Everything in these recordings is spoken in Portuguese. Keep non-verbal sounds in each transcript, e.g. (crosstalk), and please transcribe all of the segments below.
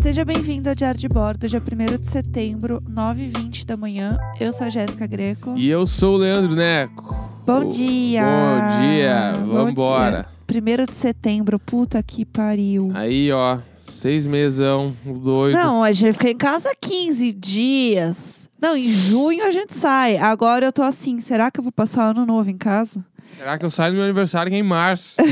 Seja bem-vindo ao Diário de Bordo, dia 1 de setembro, 9h20 da manhã. Eu sou a Jéssica Greco. E eu sou o Leandro Neco. Bom dia! Bom dia, vambora. Ah, 1 de setembro, puta que pariu. Aí, ó, seis mesão, o doido. Não, a gente fica em casa 15 dias. Não, em junho a gente sai. Agora eu tô assim, será que eu vou passar ano novo em casa? Será que eu saio do meu aniversário que é em março? (laughs)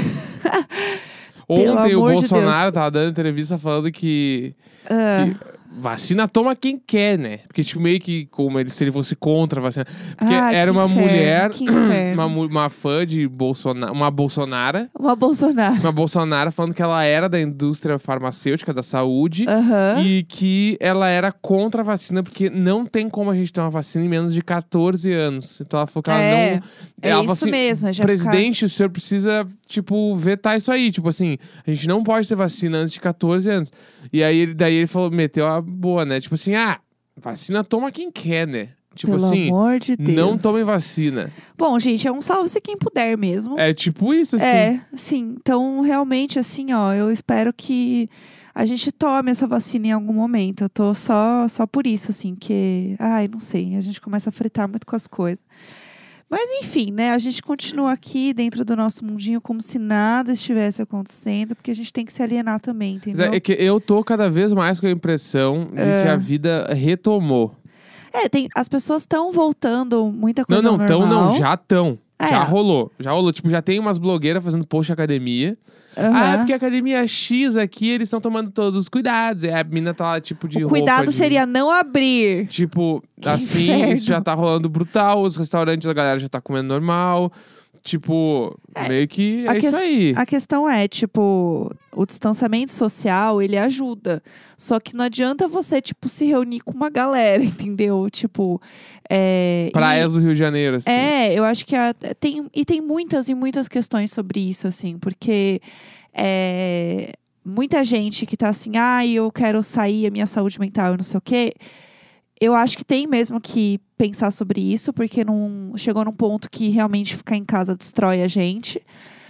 Pelo Ontem o amor de Bolsonaro Deus. tava dando entrevista falando que, Ah, que vacina toma quem quer, né? Porque tipo, meio que como ele, se ele fosse contra a vacina. Porque ah, era que uma inferno, mulher, que (clears throat) inferno. uma, mu- uma fã de Bolsonaro, uma Bolsonara, Uma Bolsonaro. uma Bolsonaro falando que ela era da indústria farmacêutica, da saúde. Aham. E que ela era contra a vacina, porque não tem como a gente ter uma vacina em menos de 14 anos. Então ela falou que ela É, não. é ela isso falou assim, mesmo. a gente vai ficar- Presidente, o senhor precisa, tipo, vetar isso aí. Tipo assim, a gente não pode ter vacina antes de 14 anos. E aí ele, daí ele falou, meteu a boa, né? Tipo assim, ah, vacina toma quem quer, né? Tipo Pelo assim, amor de Deus. não tomem vacina. Bom, gente, é um salve-se quem puder mesmo. É tipo isso, assim. É, sim. Então, realmente, assim, ó, eu espero que a gente tome essa vacina em algum momento. Eu tô só, só por isso, assim, que, ai, não sei, a gente começa a fritar muito com as coisas. Mas, enfim, né, a gente continua aqui dentro do nosso mundinho como se nada estivesse acontecendo, porque a gente tem que se alienar também, Mas é- entendeu? é que eu tô cada vez mais com a impressão de que a vida retomou. É, tem, as pessoas estão voltando muita Não, coisa não, ao tão não, normal. já tão. É. Já rolou, já rolou. Tipo, já tem umas blogueiras fazendo post de academia. Ah, Aham. porque a academia X aqui, eles estão tomando todos os cuidados. É, a mina tá lá, tipo, de O roupa cuidado de- seria não abrir. Tipo, (laughs) Que assim, inferno. isso já tá rolando brutal. Os restaurantes, a galera já tá comendo normal. Tipo, meio que a é isso ques- aí. A questão é, tipo, o distanciamento social, ele ajuda. Só que não adianta você, tipo, se reunir com uma galera, (laughs) entendeu? Tipo, é... e- Praias do Rio de Janeiro, assim. É, eu acho que a- tem... E tem muitas e muitas questões sobre isso, assim. Porque é, muita gente que tá assim, ah, eu quero sair, a minha saúde mental, eu não sei o quê... Eu acho que tem mesmo que pensar sobre isso, porque não chegou num ponto que realmente ficar em casa destrói a gente.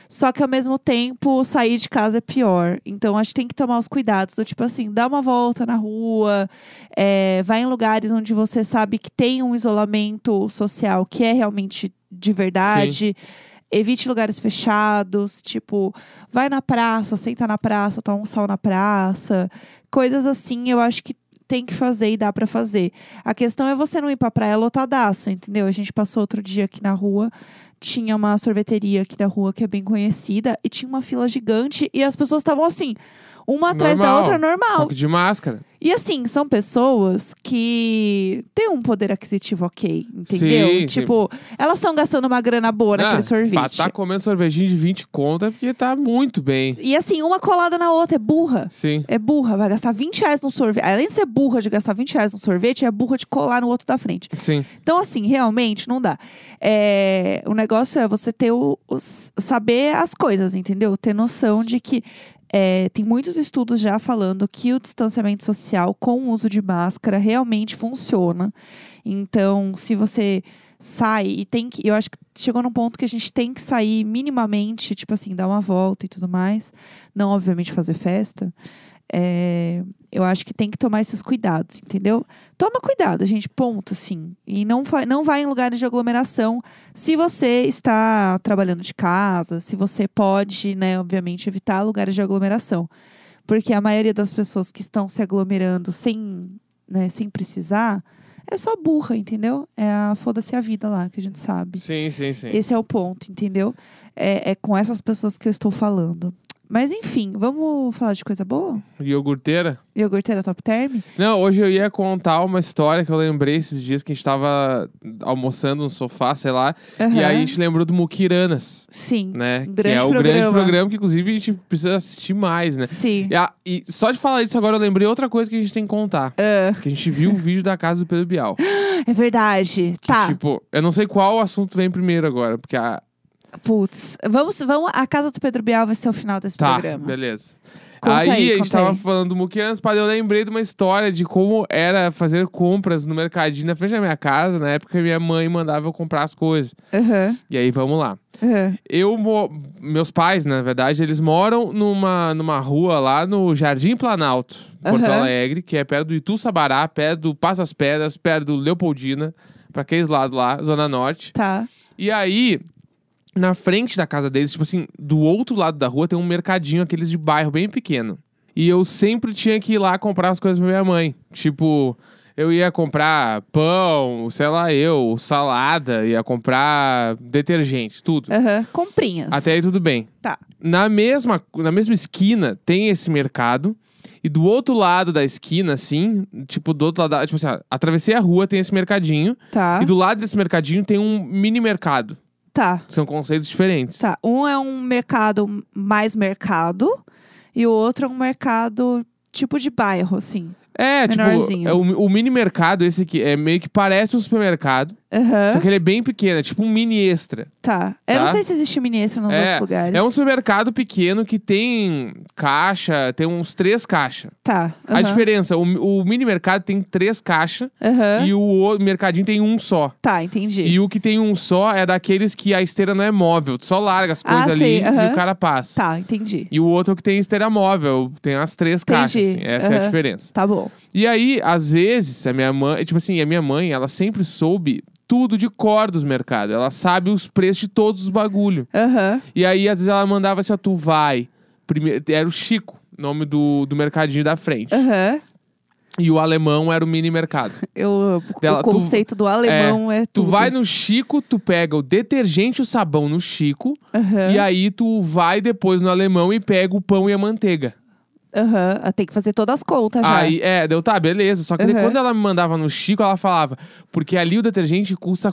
Só que ao mesmo tempo, sair de casa é pior. Então acho que tem que tomar os cuidados do tipo assim, dá uma volta na rua, é, vai em lugares onde você sabe que tem um isolamento social que é realmente de verdade. Evite lugares fechados, tipo, vai na praça, senta na praça, toma um sol na praça. Coisas assim, eu acho que tem que fazer e dá pra fazer. A questão é você não ir pra praia lotadaça, entendeu? A gente passou outro dia aqui na rua, tinha uma sorveteria aqui da rua que é bem conhecida, e tinha uma fila gigante, e as pessoas estavam assim, uma atrás da Normal. outra, normal. Só que de máscara. E assim, são pessoas que têm um poder aquisitivo ok, entendeu? Sim, sim. tipo, elas estão gastando uma grana boa Ah, naquele pra sorvete. tá comendo sorvetinho de 20 conta, é porque tá muito bem. E assim, uma colada na outra, é burra. Sim. É burra, vai gastar 20 reais num sorvete. Além de ser burra de gastar 20 reais num sorvete, é burra de colar no outro da frente. Sim. Então, assim, realmente não dá. É, o negócio é você ter o, o s- saber as coisas, entendeu? Ter noção de que é, tem muitos estudos já falando que o distanciamento social com o uso de máscara realmente funciona. Então, se você sai e tem que. Eu acho que chegou num ponto que a gente tem que sair minimamente, tipo assim, dar uma volta e tudo mais. Não, obviamente, fazer festa. É, eu acho que tem que tomar esses cuidados, entendeu? Toma cuidado, gente, ponto, sim. E não, fa- não vai em lugares de aglomeração se você está trabalhando de casa, se você pode, né, obviamente, evitar lugares de aglomeração. Porque a maioria das pessoas que estão se aglomerando sem, né, sem precisar é só burra, entendeu? É a foda-se a vida lá, que a gente sabe. Sim, sim, sim. Esse é o ponto, entendeu? É, é com essas pessoas que eu estou falando. Mas enfim, vamos falar de coisa boa? Iogurteira? Iogurteira top term? Não, hoje eu ia contar uma história que eu lembrei esses dias que a gente tava almoçando no sofá, sei lá. E Aham. aí a gente lembrou do Muquiranas, Sim. né? Um que grande é o grande programa. programa que, inclusive, a gente precisa assistir mais, né? Sim. E, a- e só de falar isso agora, eu lembrei outra coisa que a gente tem que contar. Ah, Que a gente viu o vídeo da casa do Pedro Bial. Que, é verdade. Tá. tipo, eu não sei qual assunto vem primeiro agora, porque a. Putz. Vamos, vamos. A casa do Pedro Bial vai ser o final desse Tá, programa. beleza. Conta aí, aí, a gente conta tava aí. falando do Muquiranas, pá, eu lembrei de uma história de como era fazer compras no mercadinho na frente da minha casa, na época que minha mãe mandava eu comprar as coisas. Aham. E aí, vamos lá. É. Eu, mo- meus pais, na verdade, eles moram numa, numa rua lá no Jardim Planalto, Porto Aham. Alegre, que é perto do Itu Sabará, perto do Passas Pedras, perto do Leopoldina, pra aqueles lados lá, Zona Norte. Tá. E aí, na frente da casa deles, tipo assim, do outro lado da rua tem um mercadinho, aqueles de bairro bem pequeno. E eu sempre tinha que ir lá comprar as coisas pra minha mãe. Tipo, eu ia comprar pão, sei lá, eu, salada, ia comprar detergente, tudo. Aham. Comprinhas. Até aí tudo bem. Tá. Na mesma, na mesma esquina tem esse mercado. E do outro lado da esquina, assim, tipo, do outro lado, da, tipo assim, ó, atravessei a rua, tem esse mercadinho. Tá. E do lado desse mercadinho tem um mini mercado. Tá. São conceitos diferentes. Tá. Um é um mercado mais mercado e o outro é um mercado tipo de bairro, assim. É, tipo, Menorzinho. é o, o mini mercado, esse aqui, é meio que parece um supermercado, Aham. só que ele é bem pequeno, é tipo um mini extra. Tá. Eu Tá. não sei se existe ministra nos É, outros lugares. É um supermercado pequeno que tem caixa, tem uns três caixas. Tá. A aham, diferença, o, o mini mercado tem três caixas aham. e o, o mercadinho tem um só. Tá, entendi. E o que tem um só é daqueles que a esteira não é móvel, tu só larga as Ah, coisas ali sei, e aham. o cara passa. Tá, entendi. E o outro é o que tem esteira móvel, tem as três caixas. Entendi, assim, Essa é a aham. diferença. Tá bom. E aí, às vezes, a minha mãe, tipo assim, a minha mãe, ela sempre soube tudo de cor dos mercados. Ela sabe os preços de todos os bagulho. Aham. E aí, às vezes, ela mandava assim, ó, tu vai. Primeiro, era o Chico, nome do, do mercadinho da frente. Aham. E o alemão era o (laughs) mini mercado. Eu amo. Dela, o tu- conceito do alemão é, tu tudo. vai no Chico, tu pega o detergente e o sabão no Chico. Aham. E aí, tu vai depois no alemão e pega o pão e a manteiga. Aham. Ah, Tem que fazer todas as contas já. Aí, é, deu, tá, beleza. Só que daí Uhum. quando ela me mandava no Chico, ela falava, porque ali o detergente custa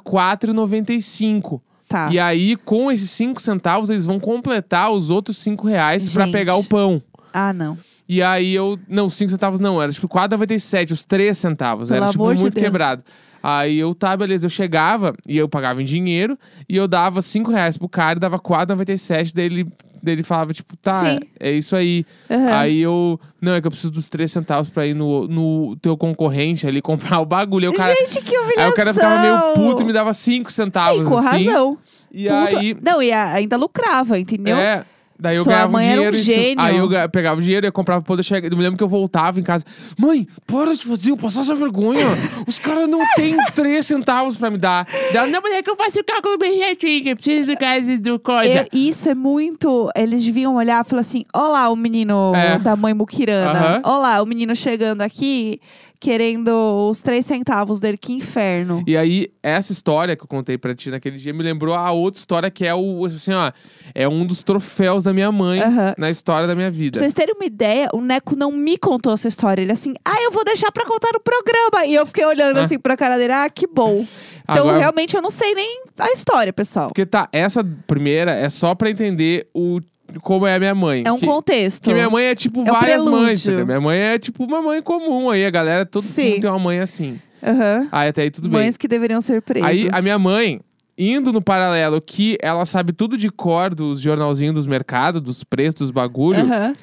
R$4,95. Tá. E aí, com esses 5 centavos, eles vão completar os outros 5 reais pra Gente. pegar o pão. Ah, não. E aí eu. Não, 5 centavos não, era tipo 4,97, os 3 centavos. Pelo era tipo amor de muito Deus. quebrado. Aí eu, tá, beleza. Eu chegava e eu pagava em dinheiro e eu dava 5 reais pro cara e dava 4,97, daí ele, daí ele falava, tipo, tá, Sim. é isso aí. Aham. Aí eu. Não, é que eu preciso dos três centavos pra ir no, no teu concorrente ali comprar o bagulho. Aí o cara, Gente, que humilhação! aí o cara ficava meio puto e me dava cinco centavos. Sim, com assim. razão. E Puto- aí. Não, e a- ainda lucrava, entendeu? É. Daí eu Sua ganhava um mãe era um dinheiro. em cima. gênio. Aí eu ga- pegava o dinheiro e comprava pra poder chegar. Eu me lembro que eu voltava em casa. Mãe, para de fazer, eu passar essa vergonha. Os caras não (laughs) têm três centavos pra me dar. Daí ela, não, mas é que eu faço o cálculo bem certinho. Eu preciso do caso do coisa. Eu- isso é muito. Eles deviam olhar e falar assim: olha lá o menino É. da mãe Mukirana. Aham. Olha lá o menino chegando aqui querendo os três centavos dele, que inferno. E aí, essa história que eu contei pra ti naquele dia me lembrou a outra história que é o, assim, ó, é um dos troféus da minha mãe Aham. na história da minha vida. Pra vocês terem uma ideia, o Neco não me contou essa história. Ele assim, ah, eu vou deixar pra contar no programa. E eu fiquei olhando Ah. assim pra cara dele, ah, que bom. Então, Agora- realmente, eu não sei nem a história, pessoal. Porque tá, essa primeira é só pra entender o como é a minha mãe. É um que, contexto. que minha mãe é tipo É o várias prelúdio. mães, entendeu? Minha mãe é tipo uma mãe comum aí, a galera, todo Sim. mundo tem uma mãe assim. Aham. Aí até aí tudo bem. Mães que deveriam ser presas. Aí a minha mãe, indo no paralelo que ela sabe tudo de cor dos jornalzinhos dos mercados, dos preços, dos bagulho, Aham.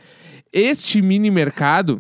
este mini mercado,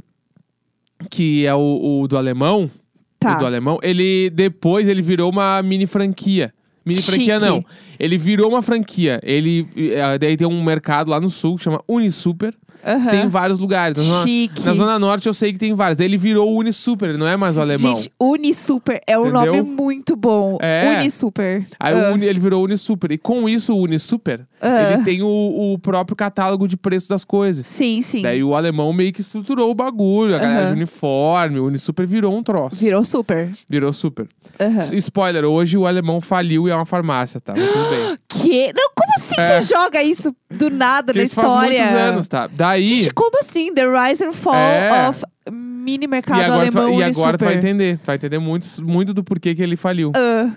que é o, o do alemão, Tá. o do alemão, ele depois ele virou uma mini franquia. Mini Chique. franquia não. Ele virou uma franquia. Ele eh, daí tem um mercado lá no sul que chama Unisuper. Aham. Tem vários lugares. Na zona, Chique. na zona norte eu sei que tem vários. Daí ele virou o Unisuper, ele não é mais o alemão. Gente, Unisuper é um Entendeu? nome muito bom. Ah, É. Unisuper. Aí o Uni- ele virou Unisuper. E com isso, o Unisuper, Ah. ele tem o, o próprio catálogo de preço das coisas. Sim, sim. Daí o alemão meio que estruturou o bagulho, a galera Aham. de uniforme, o Unisuper virou um troço. Virou Tá. super. Virou super. Aham. S- Spoiler, hoje o alemão faliu e é uma farmácia, tá? Mas tudo (gasps) bem. Que? Não, como assim você joga isso do nada É. Porque na isso faz história? muitos anos, tá? Daí. Gente, como assim? The Rise and Fall É. of Mini E Mercado agora, tu vai, Alemão e agora tu vai Unisuper. entender. Tu vai entender muito, muito do porquê que ele faliu. Ah,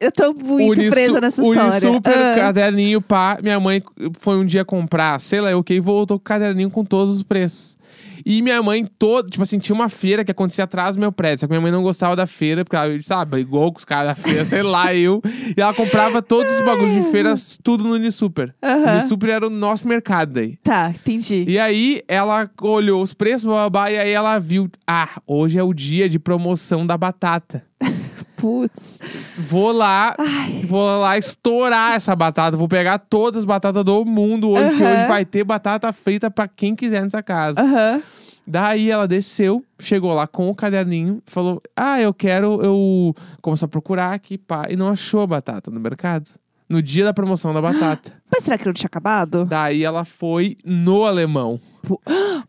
eu tô muito Unisu- presa nessa história. Unisuper, Ah, caderninho, pá. Minha mãe foi um dia comprar, sei lá o que, e voltou com o caderninho com todos os preços. E minha mãe toda, tipo assim, tinha uma feira que acontecia atrás do meu prédio. Só que minha mãe não gostava da feira, porque ela, sabe, brigou com os caras da feira, sei lá, (laughs) eu. E ela comprava todos os bagulhos de feira, tudo no Unisuper. Aham. Unisuper era o nosso mercado daí. Tá, entendi. E aí ela olhou os preços, babá, e aí ela viu, ah, hoje é o dia de promoção da batata. Putz. Vou lá, Ai. vou lá estourar essa batata. Vou pegar todas as batatas do mundo hoje, porque Aham. hoje vai ter batata frita pra quem quiser nessa casa. Aham. Daí ela desceu, chegou lá com o caderninho, falou: Ah, eu quero. Eu começou a procurar aqui, pá. E não achou a batata no mercado. No dia da promoção (gasps) da batata. Mas será que não tinha acabado? Daí ela foi no alemão.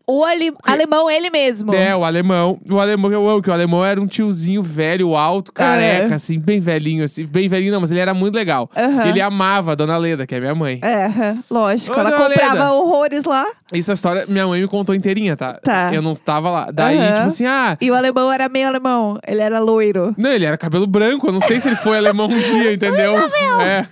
O ale- alemão, ele mesmo. É, o alemão. O alemão, eu amo que o alemão era um tiozinho velho, alto, careca, É. assim, bem velhinho, assim. Bem velhinho não, mas ele era muito legal. Aham. Ele amava a dona Leda, que é minha mãe. É, aham, lógico. Ô, Ela dona comprava Leda. horrores lá. Essa é história, minha mãe me contou inteirinha, tá? Tá. Eu não estava lá. Daí, Aham. tipo assim, ah, E o alemão era meio alemão. Ele era loiro. Não, ele era cabelo branco, eu não sei se ele foi alemão um dia, entendeu? É.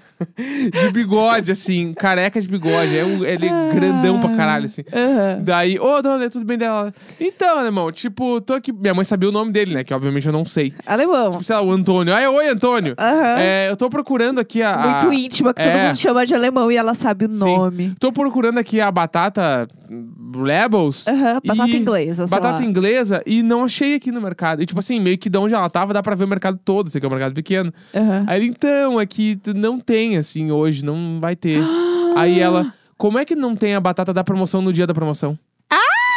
De bigode, assim, careca de bigode. É um, ele é grandão pra caralho, assim. Ah. Aham. Daí, ô, dona Lê, tudo bem dela? Então, alemão, tipo, tô aqui. Minha mãe sabia o nome dele, né? Que obviamente eu não sei. Alemão. Tipo, sei lá, o Antônio. Ah, é, oi, Antônio. Aham. É, eu tô procurando aqui a. a- Muito íntima, que todo Ah, é. mundo chama de alemão e ela sabe o Sim. nome. Tô procurando aqui a batata hum, Rebels. Aham, batata e- inglesa, sei Batata lá. inglesa e não achei aqui no mercado. E tipo assim, meio que de onde ela tava, dá pra ver o mercado todo. Sei que é um mercado pequeno. Aham. Aí ele, então, é que tu não tem, assim, hoje, não vai ter. Ah! Aí ela, como é que não tem a batata da promoção no dia da promoção? Ah!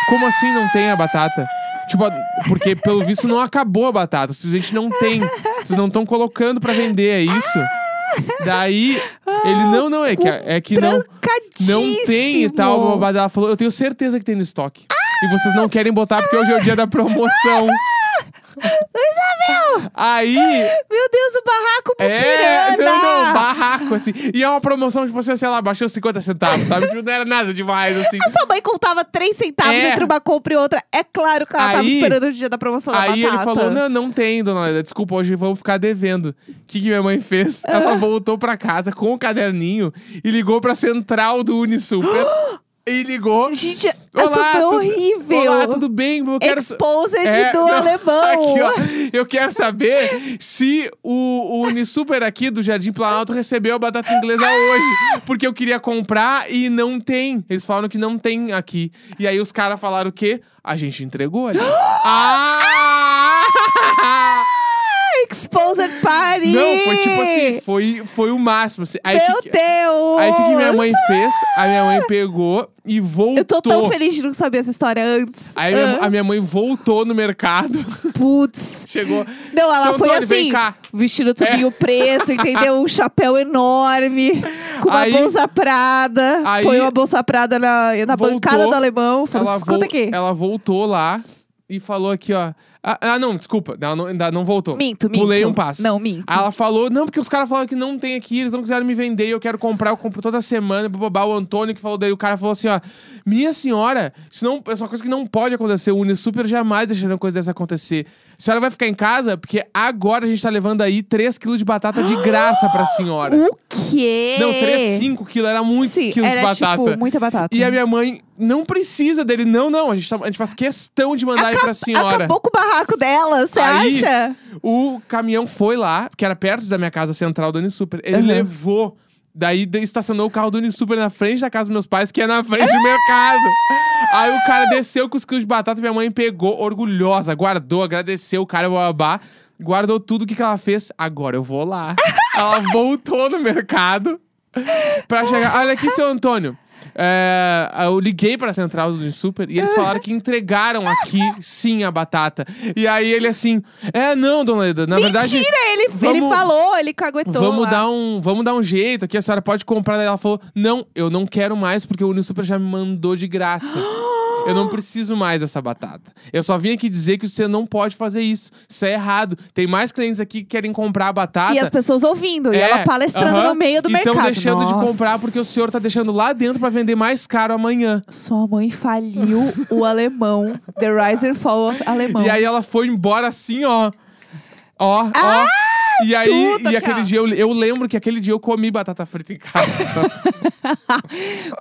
Como assim não tem a batata? Tipo, a- porque pelo visto não acabou a batata, simplesmente não tem. Vocês não estão colocando pra vender, é isso? Ah! Daí, ele, não, não, é que, é que não, não tem e tal. blá, blá, blá. Ela falou, eu tenho certeza que tem no estoque. E vocês não querem botar porque hoje é o dia (laughs) da promoção. Aí, Meu Deus, o barraco é, buquirana! não, não, barraco, assim. E é uma promoção, tipo assim, sei lá, baixou 50 centavos, sabe? Tipo, não era nada demais, assim. A sua mãe contava três centavos É. entre uma compra e outra. É claro que ela tava Aí- esperando o dia da promoção da Aí batata. ele falou: Não, não tem, dona Leda. Desculpa, hoje vamos ficar devendo. O que, que minha mãe fez? Ah. Ela voltou pra casa com o caderninho e ligou pra central do Unisul. (gasps) e ligou. Gente, essa Olá, foi tudo- horrível. Olá, tudo bem? Eu quero. sa- Exposed É, do não, alemão. Aqui, ó, eu quero saber se o, o Unisuper aqui do Jardim Planalto recebeu a batata inglesa hoje. Porque eu queria comprar e não tem. Eles falaram que não tem aqui. E aí os caras falaram o quê? A gente entregou (gasps) ali. ah! Exposed party! Não, foi tipo assim, foi, foi o máximo. assim. Aí Meu que, que- Deus! Aí o que, que minha mãe fez? A minha mãe pegou e voltou. Eu tô tão feliz de não saber essa história antes. Aí minha- Ah, a minha mãe voltou no mercado, (laughs) Putz. chegou. Não, ela Seu foi Antônio, Então, vem assim, cá. É. vestindo tubinho preto, entendeu? Um chapéu enorme, com uma Aí- bolsa prada. aí- põe uma bolsa prada na, na Voltou, bancada do alemão. Falou, ela, escuta vol- aqui. ela voltou lá e falou aqui, ó. Ah, ah, não, desculpa. Ela não, ainda não voltou. Minto, minto. Pulei um passo. Não, minto. Aí ela falou, não, porque os caras falaram que não tem aqui, eles não quiseram me vender, eu quero comprar, eu compro toda semana, bababá, o Antônio que falou daí, o cara falou assim, ó, minha senhora, isso não, é uma coisa que não pode acontecer, o Unisuper jamais deixaria uma coisa dessa acontecer. A senhora vai ficar em casa, porque agora a gente tá levando aí 3 quilos de batata de graça pra senhora. O quê? Não, 3, 5 quilos, era muitos Sim, quilos era, de batata. Tipo, muita batata. E a minha mãe não precisa dele. Não, não. A gente, tá- a gente faz questão de mandar ele pra senhora. Acabou com o barraco dela, você Aí- acha? O caminhão foi lá, que era perto da minha casa central do Unisuper. Ele Aham. levou. Daí de- estacionou o carro do Unisuper na frente da casa dos meus pais, que é na frente do mercado. Aí o cara desceu com os quilos de batata, minha mãe pegou, orgulhosa, guardou, agradeceu o cara, babá. Guardou tudo o que, que ela fez. Agora eu vou lá. ela voltou no mercado pra chegar. Olha aqui, seu Antônio. É, eu liguei pra central do Super e eles falaram que entregaram aqui sim a batata. E aí ele assim, é não, dona Leda, na verdade Mentira, ele, ele vamos- falou, ele caguetou. vamos lá. dar um, vamos dar um jeito aqui, a senhora pode comprar. Daí ela falou: "Não, eu não quero mais porque o Unisuper já me mandou de graça. Eu não preciso mais dessa batata. Eu só vim aqui dizer que você não pode fazer isso. Isso é errado. Tem mais clientes aqui que querem comprar a batata. E as pessoas ouvindo, e É, ela palestrando aham. no meio do e mercado. Estão deixando Nossa. de comprar porque o senhor tá deixando lá dentro pra vender mais caro amanhã. Sua mãe faliu o alemão. The Rise and Fall of Alemão. E aí ela foi embora assim, ó. Ó, ó. E aí, Ah, tudo e aqui, ó. aquele dia, eu, eu lembro que aquele dia eu comi batata frita em casa. (laughs)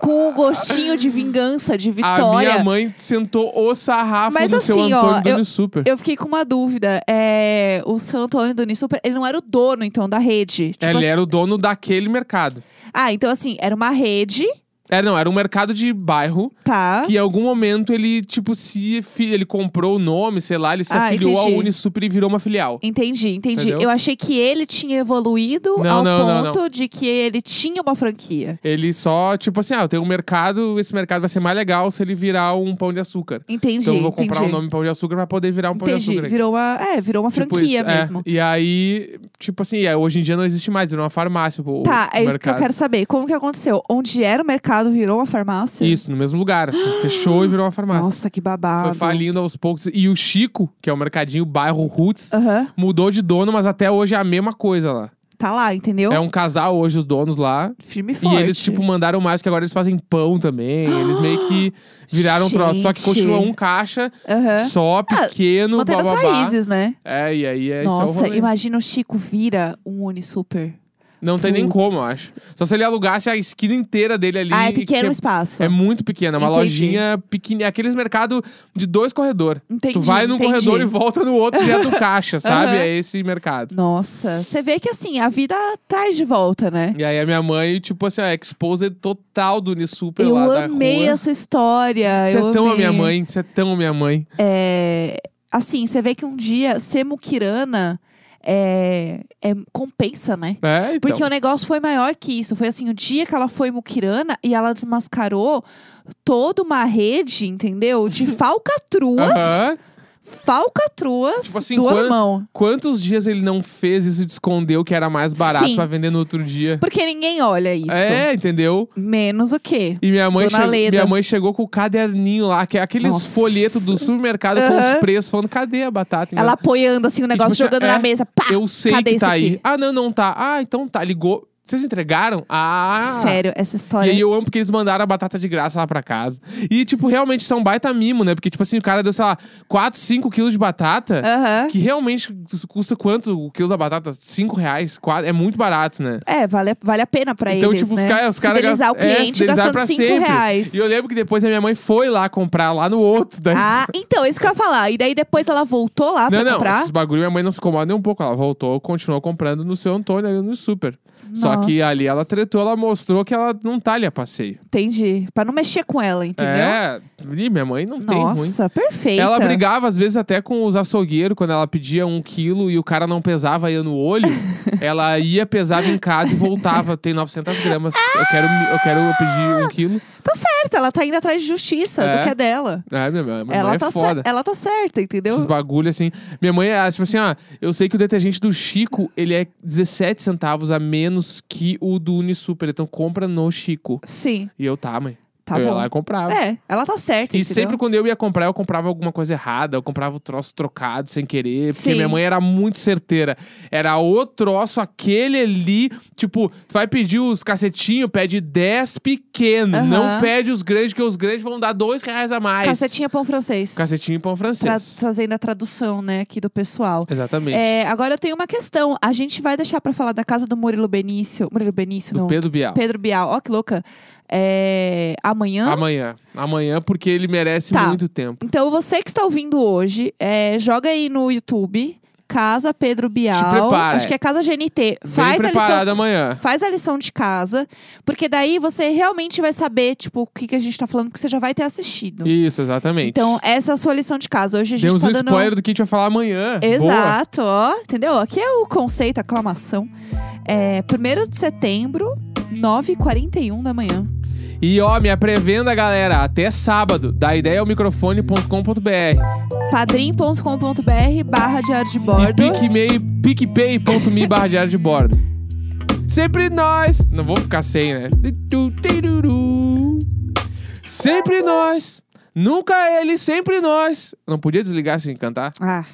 Com o gostinho de vingança, de A vitória. minha mãe sentou o sarrafo Mas no seu assim, ó, Antônio eu- Doni Super. Eu fiquei com uma dúvida. É, o Santo Antônio do Unisuper, ele não era o dono, então, da rede. Tipo Ele assim- era o dono daquele mercado. Ah, então assim, era uma rede Era, não, era um mercado de bairro Tá. que em algum momento ele, tipo, se fi- ele comprou o nome, sei lá, ele se Ah, afiliou entendi. ao Unisuper e virou uma filial. Entendi, entendi. Entendeu? Eu achei que ele tinha evoluído Não, ao não, não, ponto de que ele tinha uma franquia. Ele só, tipo assim, ah, eu tenho um mercado, esse mercado vai ser mais legal se ele virar um pão de açúcar. Entendi, então eu vou comprar o entendi. nome pão de açúcar pra poder virar um pão de entendi. açúcar. aqui. Virou uma, é, virou uma Tipo franquia isso, é. mesmo. E aí, tipo assim, é, hoje em dia não existe mais, virou uma farmácia. o- Tá, o é isso que eu mercado. quero saber. Como que aconteceu? Onde era o mercado virou uma farmácia? Isso, no mesmo lugar, assim, fechou e virou uma farmácia. Nossa, que babado. Foi falindo aos poucos. E o Chico, que é o mercadinho, o bairro Roots, Aham. mudou de dono, mas até hoje é a mesma coisa lá. Tá lá, entendeu? É um casal hoje, os donos lá. Firme e forte. E eles, tipo, mandaram mais, que agora eles fazem pão também. Eles meio (gasps) que viraram um troço. Só que Gente. continua um caixa, Aham. só, pequeno, Mantendo as bababá. raízes, né? É, e aí é isso. É o Nossa, rolê. imagina o Chico vira um Unisuper. Não tem nem Putz. como, eu acho. Só se ele alugasse a esquina inteira dele ali. Ah, é que pequeno é- espaço. É muito pequena, é uma Entendi. lojinha pequenininha. Aqueles mercado de dois corredor. Entendi, tu vai num entendi. corredor e volta no outro já é do (laughs) caixa, sabe? Aham. É esse mercado. Nossa, você vê que assim, a vida traz de volta, né? E aí a minha mãe, tipo assim, é exposed total do Unisuper Eu lá da amei rua. essa história. Você eu é tão a amei. minha mãe, você é tão a minha mãe. É, assim, você vê que um dia ser muquirana é, é- compensa, né? É, então. Porque o negócio foi maior que isso. Foi assim, o dia que ela foi muquirana e ela desmascarou toda uma rede, entendeu? (laughs) De falcatruas. Aham. Falcatruas Tipo assim, do quan- alemão. Quantos dias ele não fez isso de esconder o que era mais barato Sim. pra vender no outro dia? Porque ninguém olha isso. É, entendeu? Menos o quê? E minha mãe, Dona che- Leda. minha mãe chegou com o caderninho lá, que é aqueles Nossa. folhetos do supermercado com Aham. os preços, falando, cadê a batata? Ela apoiando assim o negócio, tipo assim, jogando é, na mesa. Pá! Eu sei cadê que tá isso aqui? aí. Ah, não, não tá. Ah, então tá. Ligou. Vocês entregaram? Ah! Sério, essa E história. é aí eu amo porque eles mandaram a batata de graça lá pra casa. E, tipo, realmente são baita mimo, né? Porque, tipo assim, o cara deu, sei lá, 4, 5 quilos de batata. Aham. Que realmente custa quanto o quilo da batata? 5 reais? Quatro- é muito barato, né? É, vale, vale a pena pra então, eles, tipo, né? os caras. Os cara Fidelizar o gas- é, cliente fidelizar gastando pra 5 sempre. reais. E (laughs) eu lembro que depois a minha mãe foi lá comprar lá no outro. Daí... Ah, então, isso que eu ia falar. E daí depois ela voltou lá não, pra não, comprar. esses bagulho minha mãe não se incomoda nem um pouco. Ela voltou, continuou comprando no seu Antônio ali no super. Só Nossa. que ali ela tretou, ela mostrou que ela não tá ali a passeio. Entendi. Pra não mexer com ela, entendeu? É, e minha mãe não tem muito. Nossa, perfeita. Ela brigava, às vezes, até com os açougueiros, quando ela pedia um quilo e o cara não pesava, ia no olho. (laughs) ela ia, pesava em casa e voltava. Tem 900 gramas. Eu quero, eu quero eu pedir um quilo. Certa, ela tá indo atrás de justiça É. do que é dela. É, minha, minha mãe ela, é tá cer- foda. ela tá certa, entendeu? Esses bagulho, assim. Minha mãe é, tipo assim, ah, eu sei que o detergente do Chico, ele é 17 centavos a menos que o do Unisuper. Então compra no Chico. Sim, E eu, tá, mãe. tá eu ia bom. lá e comprava. É, ela tá certa, E entendeu? sempre quando eu ia comprar, eu comprava alguma coisa errada, eu comprava o troço trocado sem querer, porque Sim. minha mãe era muito certeira. Era o troço, aquele ali, tipo, tu vai pedir os cacetinhos, pede 10 pequeno, Aham. não pede os grandes, que os grandes vão dar dois reais a mais. Cacetinha pão francês. Cacetinho e pão Tra- francês. Trazendo a tradução, né, aqui do pessoal. Exatamente. É, agora eu tenho uma questão. A gente vai deixar pra falar da casa do Murilo Benício. Murilo Benício, do não. Pedro Bial. Pedro Bial. Ó, que louca. É, amanhã. Amanhã. Amanhã, porque ele merece Tá. muito tempo. Então, você que está ouvindo hoje, é, joga aí no YouTube. Casa Pedro Bial. prepara, Acho que é Casa GNT. Vem Faz a lição. preparado amanhã. Faz a lição de casa, porque daí você realmente vai saber, tipo, o que, que a gente tá falando, porque você já vai ter assistido. Isso, exatamente. Então, essa é a sua lição de casa. Hoje a gente Demos tá um dando. spoiler do que a gente vai falar amanhã. né? Boa. Exato, ó. Entendeu? Aqui é o conceito, aclamação. É 1 de setembro, 9h41 da manhã. E ó, minha pré-venda, galera, até sábado, da ideia é ao microfone.com.br padrim.com.br barra diário de bordo. e picmei- picpay.me barra diário de bordo. Sempre nós! Não vou ficar sem, né? Sempre nós! Nunca ele, sempre nós! Não podia desligar sem cantar? Ah.